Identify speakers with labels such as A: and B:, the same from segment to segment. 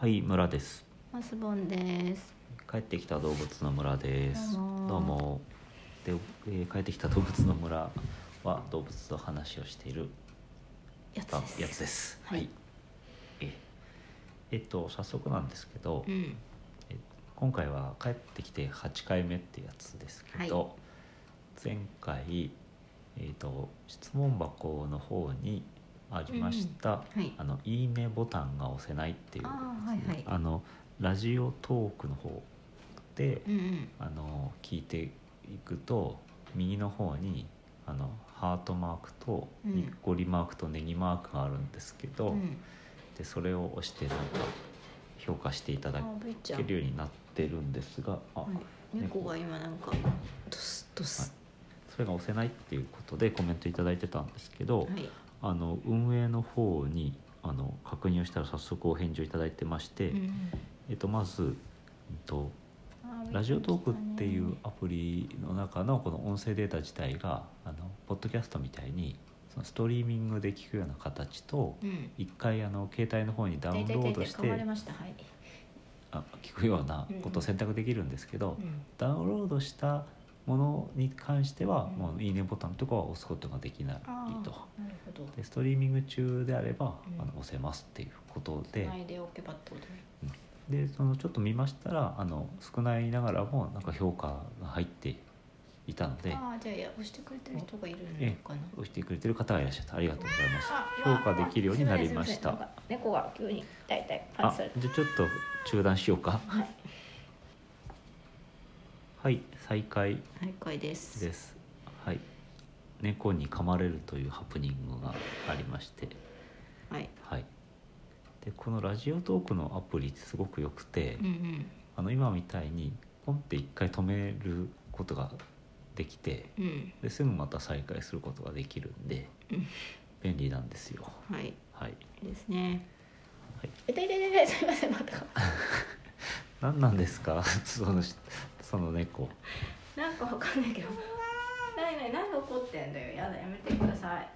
A: はい村です
B: マスボンです。
A: 帰ってきた動物の村です
B: どうも
A: どうもで、えー帰ってきた動物の村は動物と話をしている
B: やつ
A: ば
B: です。
A: やつです
B: はい
A: ええっと早速なんですけど、
B: うん。
A: え今回は帰ってきて8回目ってやつですけど、
B: はい
A: 前回、えー、と質問箱の方にありました「
B: うんはい
A: あのいいね」ボタンが押せないっていう
B: あーはいはい
A: あのラジオトークの方で、
B: うんうん。
A: あの聞いていくと右の方にあのハートマークと
B: うん
A: にっこりマークとネギマークがあるんですけど、
B: うん、
A: でそれを押してなんか評価していただ
B: あ
A: く。
B: ぶいちゃん。
A: いける
B: はい
A: ようになってるんですがあ、
B: 猫が今なんかドスドス。
A: それが押せないっていうことでコメント頂いただいてたんですけど、
B: はい。
A: あの運営の方にあの確認をしたら早速お返事を頂いただいてまして、
B: うん
A: えっと、まず、うんと「ラジオトーク」っていうアプリの中のこの音声データ自体があのポッドキャストみたいにそのストリーミングで聞くような形と
B: うん。
A: 一回あの携帯の方にダウンロードし
B: 噛まれ
A: て
B: ました。はい。
A: あ聞くようなことを選択できるんですけど、
B: うん
A: ダウンロードしたものに関しては、
B: うん
A: もういいねボタンとかは押すことができない
B: ああ。
A: と
B: なるほど。
A: でストリーミング中であれば、
B: うん
A: あの押せますっていうことで
B: 繋いでおけばってことね。
A: でそのちょっと見ましたらあの少ないながらもなんか評価が入っていたので
B: ああじゃあいや押してくれてる人がいる
A: え
B: の
A: え
B: かな。
A: 押してくれてる方がいらっしゃったありがとうございます
B: あ
A: 評価できるようになりまし
B: すいせんすいせんな
A: た
B: んか猫が急にだいたいパン
A: あ
B: ツされて。
A: じゃあちょっと中断しようか
B: はい。
A: はい再開
B: はい、これです。
A: ですはい猫に噛まれるというハプニングがありまして
B: はい。
A: はい、でこのラジオトークのアプリってすごく良くて、
B: うんうん。
A: あの今みたいにポンって一回止めることができて
B: うん。
A: ですぐまた再開することができるんで
B: うん
A: 便利なんですよ
B: はい。
A: はい
B: いいですね。
A: はい
B: え痛い痛い痛いすみませんまた。
A: 何なんですか そのその猫
B: なんかわかんないけど。ないないなんで怒ってんだよ。やだやめてください。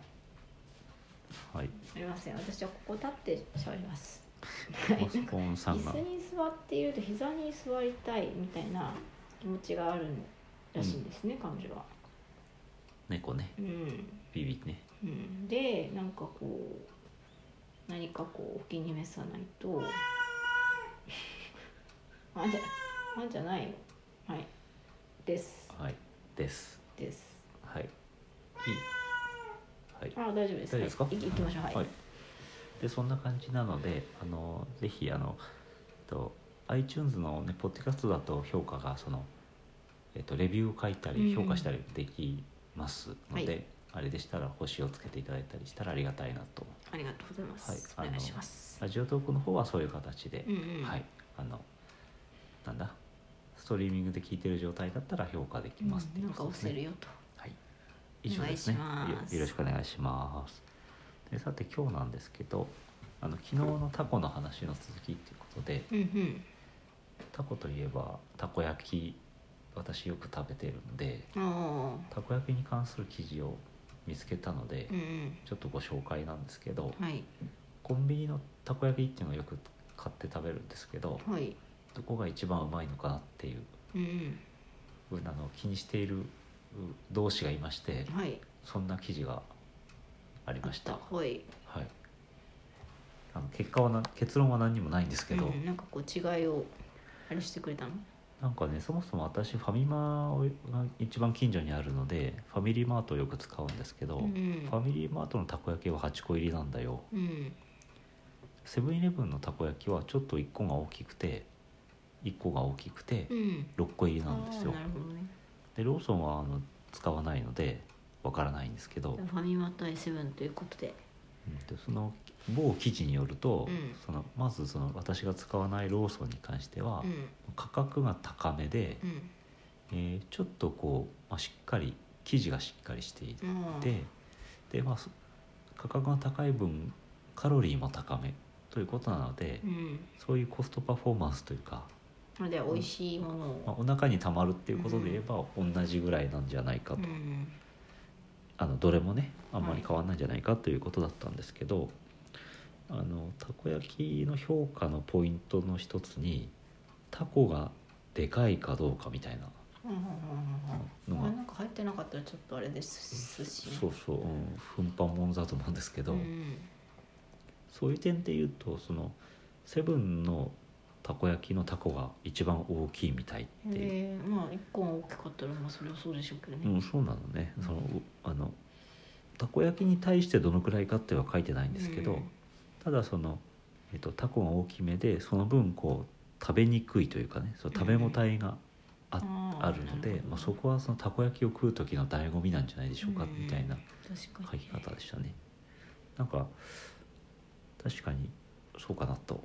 A: はい
B: すみません。私はここ立って喋ります。はい。
A: マスコンさん
B: 椅
A: が
B: 子に座っていると膝に座りたいみたいな気持ちがあるらしいんですね、彼女は。
A: 猫ね
B: うん。
A: ビビね
B: うん、でなんかこう何かこうお気に召さないと あんじゃあんじゃないよはいです
A: はいです
B: です
A: はいいいはい
B: あ大丈夫です
A: 大丈夫ですか
B: はい、い行きましょうはい、
A: はい、でそんな感じなのであのぜひあの、えっと、iTunes の、ね、ポッドキャストだと評価がその、えっと、レビュー書いた
B: うんう
A: り
B: ん
A: 評価したりできますので、
B: はい
A: あれでしたら星をつけていただいたりしたらありがたいなと
B: ありがとうございます、
A: はいあの
B: お願いします
A: ラジオトークの方はそういう形で
B: う、んうん
A: はいあのなんだストリーミングで聞いてる状態だったら評価できますって
B: う
A: い
B: ん、な
A: うん
B: か
A: ことで
B: 押
A: すね
B: せるよと
A: はい、以上ですね
B: お願いします
A: よよろしくお願いしますでさて今日なんですけどあの昨日のタコの話の続きっていうことで
B: うんうん
A: タコといえばたこ焼き私よく食べてるんで
B: あ
A: たこ焼きに関する記事を見つけたので、
B: あうん
A: ちょっとご紹介なんですけど
B: うんはい
A: コンビニのたこ焼きっていうのをよく買って食べるんですけど
B: はい
A: どこが一番うまいのかなっていう
B: うん
A: あの気にしているう同志がいまして
B: うんはい
A: そんな記事がありました。
B: はい、
A: はい、あの結果はな結論は何にもないんですけど、
B: うん、なんかこう違いをあれしてくれたの
A: なんかねそもそも私ファミマをが一番近所にあるのでファミリーマートをよく使うんですけど、
B: うん
A: ファミリーマートのたこ焼きは8個入りなんだよ
B: うん
A: セブンイレブンのたこ焼きはちょっと1個が大きくて1個が大きくて
B: うん
A: 6個入りなんですよ
B: あーなるほどね
A: でローソンはあの使わないのでわからないんですけど
B: フ、ァミマ対セブンということで
A: うんでその某記事によると、
B: うん
A: そのまずその私が使わないローソンに関しては、
B: うん
A: 価格が高めで、
B: うん
A: えーちょっとこう、まあ、しっかり生地がしっかりしていて、
B: うん
A: でまあ、そ価格が高い分カロリーも高めということなので、
B: うん
A: そういうコストパフォーマンスというか、
B: なので美味しいものを
A: まあ、お腹にたまるっていうことで言えば同じぐらいなんじゃないかと、
B: うん
A: あのどれもねあんま
B: は
A: り
B: い
A: 変わんないんじゃないかということだったんですけど、あのたたこ焼きの評価のポイントの一つにタコがでかいかどうかみたいな
B: うんうんうんうん
A: の
B: う
A: が
B: んあれなんか入ってなかったらちょっとあれです寿司
A: そうそう、うん、奮発ものだと思うんですけど、
B: うん
A: そういう点で言うとそのセブンのたこ焼きのタコが一番大きいみたいっていう、
B: でまあ一個は大きかったらまあそれはそうでしょうけど
A: う
B: ね、
A: ん、そうなのねそのあのたこ焼きに対してどのくらいかっては書いてないんですけど、
B: うん
A: ただその、えっと、タコが大きめでその分こう食べにくいというかねその食べ応えがあ,、
B: あー
A: あるので
B: なるほど
A: まあ、そこはそのたこ焼きを食う時の醍醐味なんじゃないでしょうか、
B: うん
A: みたいな
B: 確か
A: 書
B: に
A: き方でしたね。なんか確かにそうかなと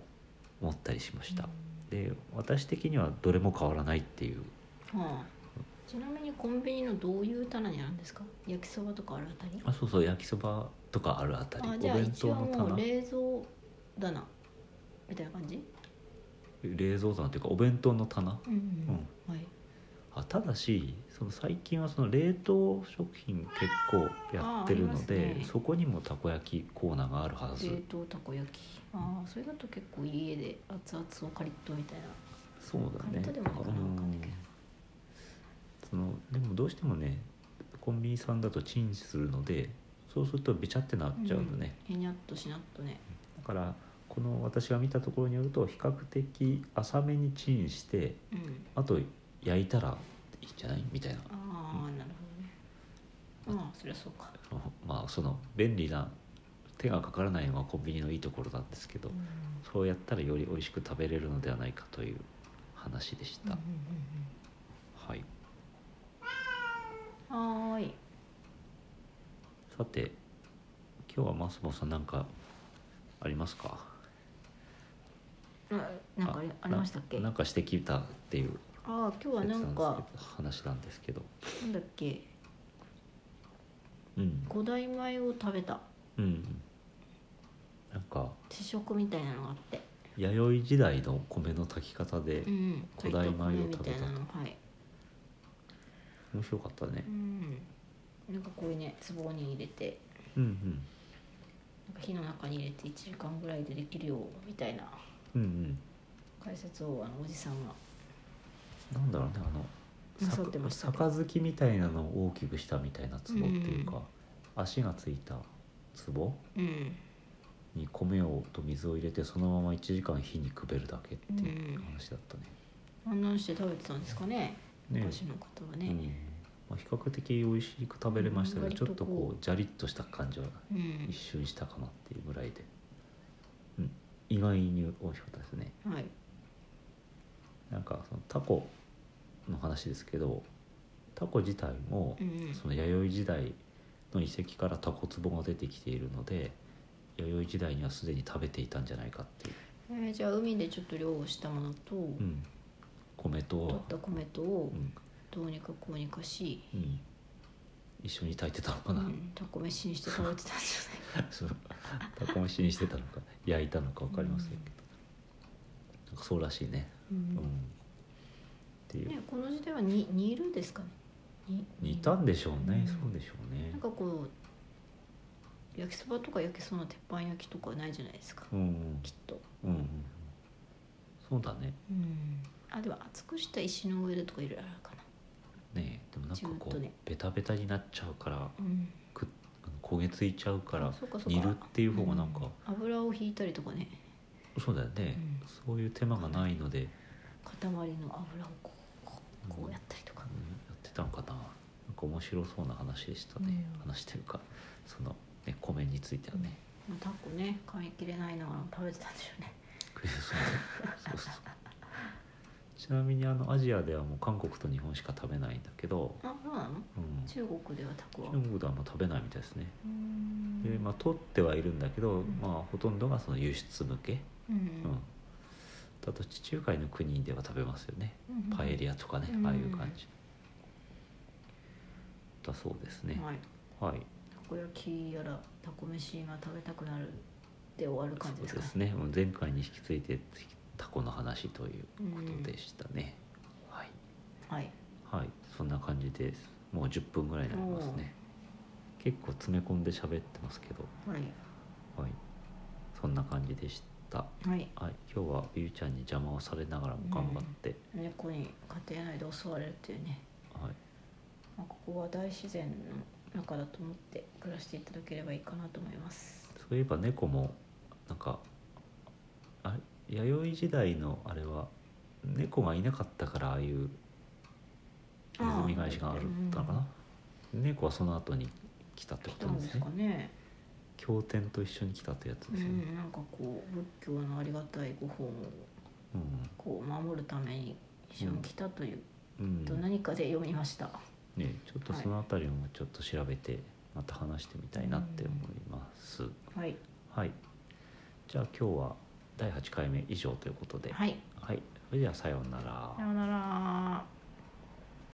A: 思ったりしました。で私的にはどれも変わらないっていう
B: うんはあちなみにコンビニのどういう棚にあるんですか焼きそばとかあるあたり
A: あそうそう焼きそばとかあるあたり
B: あ
A: お
B: じゃあ
A: 弁
B: 一
A: 当
B: 応
A: の
B: も
A: 棚
B: う冷蔵棚みたいな感じ
A: 冷蔵棚っていうかお弁当の棚
B: うんうん、はい
A: あただしその最近はその冷凍食品結構やってるので、
B: あーありますね
A: そこにもたこ焼きコーナーがあるはず
B: 冷凍たこ焼きああそれだと結構家で熱々をカリッとみたいな
A: そうだ
B: カリ
A: ね
B: ッとでもなのかなわかんないけど
A: うんそのでもどうしてもねコンビニさんだとチンするのでそうするとべちゃってなっちゃうのね、
B: へにゃっとしなっとね
A: だからこの私が見たところによると比較的浅めにチンして
B: うん
A: あと焼いたらいいんじゃないみたいな
B: ああなるほどねああそりゃそうか、
A: そのまあその便利な手がかからないのがコンビニのいいところなんですけど、
B: うん
A: そうやったらより美味しく食べれるのではないかという話でし
B: うん
A: た、はい
B: うんうんうんはーい
A: さて今日はマスボさんなんかありますか
B: あなんかありありましたっけ
A: な
B: あ
A: なんかしてきたっていう
B: あー今日はなんか
A: やつなんですけど話なんですけど
B: なんだっけ
A: うん
B: 五大米を食べた
A: うんなんか
B: 試食みたいなのがあって
A: 弥生時代の米の炊き方で
B: うん
A: 五大米を
B: み
A: 食
B: た
A: べ
B: い
A: たと
B: なのはい
A: 面白かったね
B: うんなんかこういうね壺に入れて
A: うん
B: なんか火の中に入れて1時間ぐらいでできるよみたいな
A: うんうん
B: 解説をあのおじさんが
A: うんなんだろうねあの
B: な
A: さ
B: さってましたね
A: 杯みたいなのを大きくしたみたいな壺っていうか、足がついた壺
B: うん
A: に米をと水を入れてそのまま1時間火にくべるだけっていう話だったね。
B: あんなんして食べてたんですかね
A: ね
B: 昔の方は
A: う
B: ね
A: んまあ、比較的美味しく食べれましたけど
B: うん
A: ちょっと
B: 割と
A: こ
B: こ
A: うジャリッとした感じは
B: うん、
A: 一瞬したかなっていうぐらいで、うん、意外に美味しかったですね。
B: はい
A: なんかそのタコの話ですけどタコ自体も
B: うんうん
A: その弥生時代の遺跡からタコ壺が出てきているので弥生時代にはすでに食べていたんじゃないかっていう、
B: えーじゃあ海でちょっと漁をしたものと、
A: うん、米
B: 取
A: と
B: っ、た米とを
A: うん
B: どうにかこうにかし、
A: うん、一緒に炊いてたのか
B: う
A: な、
B: ん、タコ飯にして食べてたんじ
A: そのタコ飯にしてたのか焼いたのか分かりませんけど、なんかそうらしいね、
B: ゃ
A: うん
B: な
A: っ
B: い、
A: て
B: うん
A: いう
B: ね、この時代はに煮るですかねに
A: 似たんでしょうね、
B: うん
A: そうでしょうね
B: なんかこう焼きそばとか焼けそうな鉄板焼きとかないじゃないですか、
A: うんうん
B: きっと、
A: うんうんうんそうだね
B: うん、あでも厚くした石の上でとかいろいろあるかな、
A: ねえでもなんかこ
B: ず
A: う、
B: っとね
A: ベタベタになっちゃうから
B: うん、
A: くあの焦げついちゃうから
B: あそうかそうか
A: 煮るっていう方がなんか、
B: 油を引いたりとかね
A: そうだよね、
B: う
A: そ
B: ん
A: ういう手間がないので、うんや
B: 塊の油をこうこうこうやったりとか、
A: ってたのかななんか面白そうな話でしたね、
B: うん
A: 話というかその、ね、米についてはね、
B: まあ、タコね噛み切れないながらも食べてたんでしょうね
A: クリスマスそうそうちなみにあのアジアではもう韓国と日本しか食べないんだけど、
B: あそうなの
A: うん、中
B: 中国ではタコは
A: 国ではあんま食べないみたいですね
B: うーん
A: でまあ取ってはいるんだけど、
B: ん
A: まあほとんどがその輸出向け
B: うん
A: うん、あと地中海の国では食べますよね
B: うん
A: パエリアとかね、
B: うん
A: ああいう感じだそうですね
B: はい
A: はい、
B: たこ焼きやらたこ飯が食べたくなるで終わる感じ
A: そ
B: で
A: う
B: すか
A: で
B: ね
A: すねもう前回に引き継いでタコの話ということでしたね、はい、
B: はい
A: はい、そんな感じですもう10分ぐらいになりますね結構詰め込んで喋ってますけど
B: はい
A: はいそんな感じでした、
B: はい
A: はい、今日はゆうちゃんに邪魔をされながらも頑張って、
B: 猫に家庭内で襲われるっていうね、
A: はい、
B: まあ、ここは大自然の中だと思って暮らしていただければいいかなと思います
A: そういえば猫もなんかあれ弥生時代のあれは猫がいなかったからああいうネズミ返しがあるったのかな、猫はその後に来たって
B: 来
A: こ
B: た
A: となん
B: ん
A: で
B: ですす
A: ね
B: かね
A: 経典と一緒に来たってやつ
B: う
A: ですよね、
B: んなんかこう仏教のありがたいご本を
A: うん
B: こう守るために一緒に来たという、
A: うん
B: と何かで読みました、
A: ね、ちょっとそのあたりもちょっと調べてまた話してみたいなって思います、
B: はい
A: はいじゃあ今日は第8回目以上ということで
B: はい
A: はい、それではさようなら
B: さようなら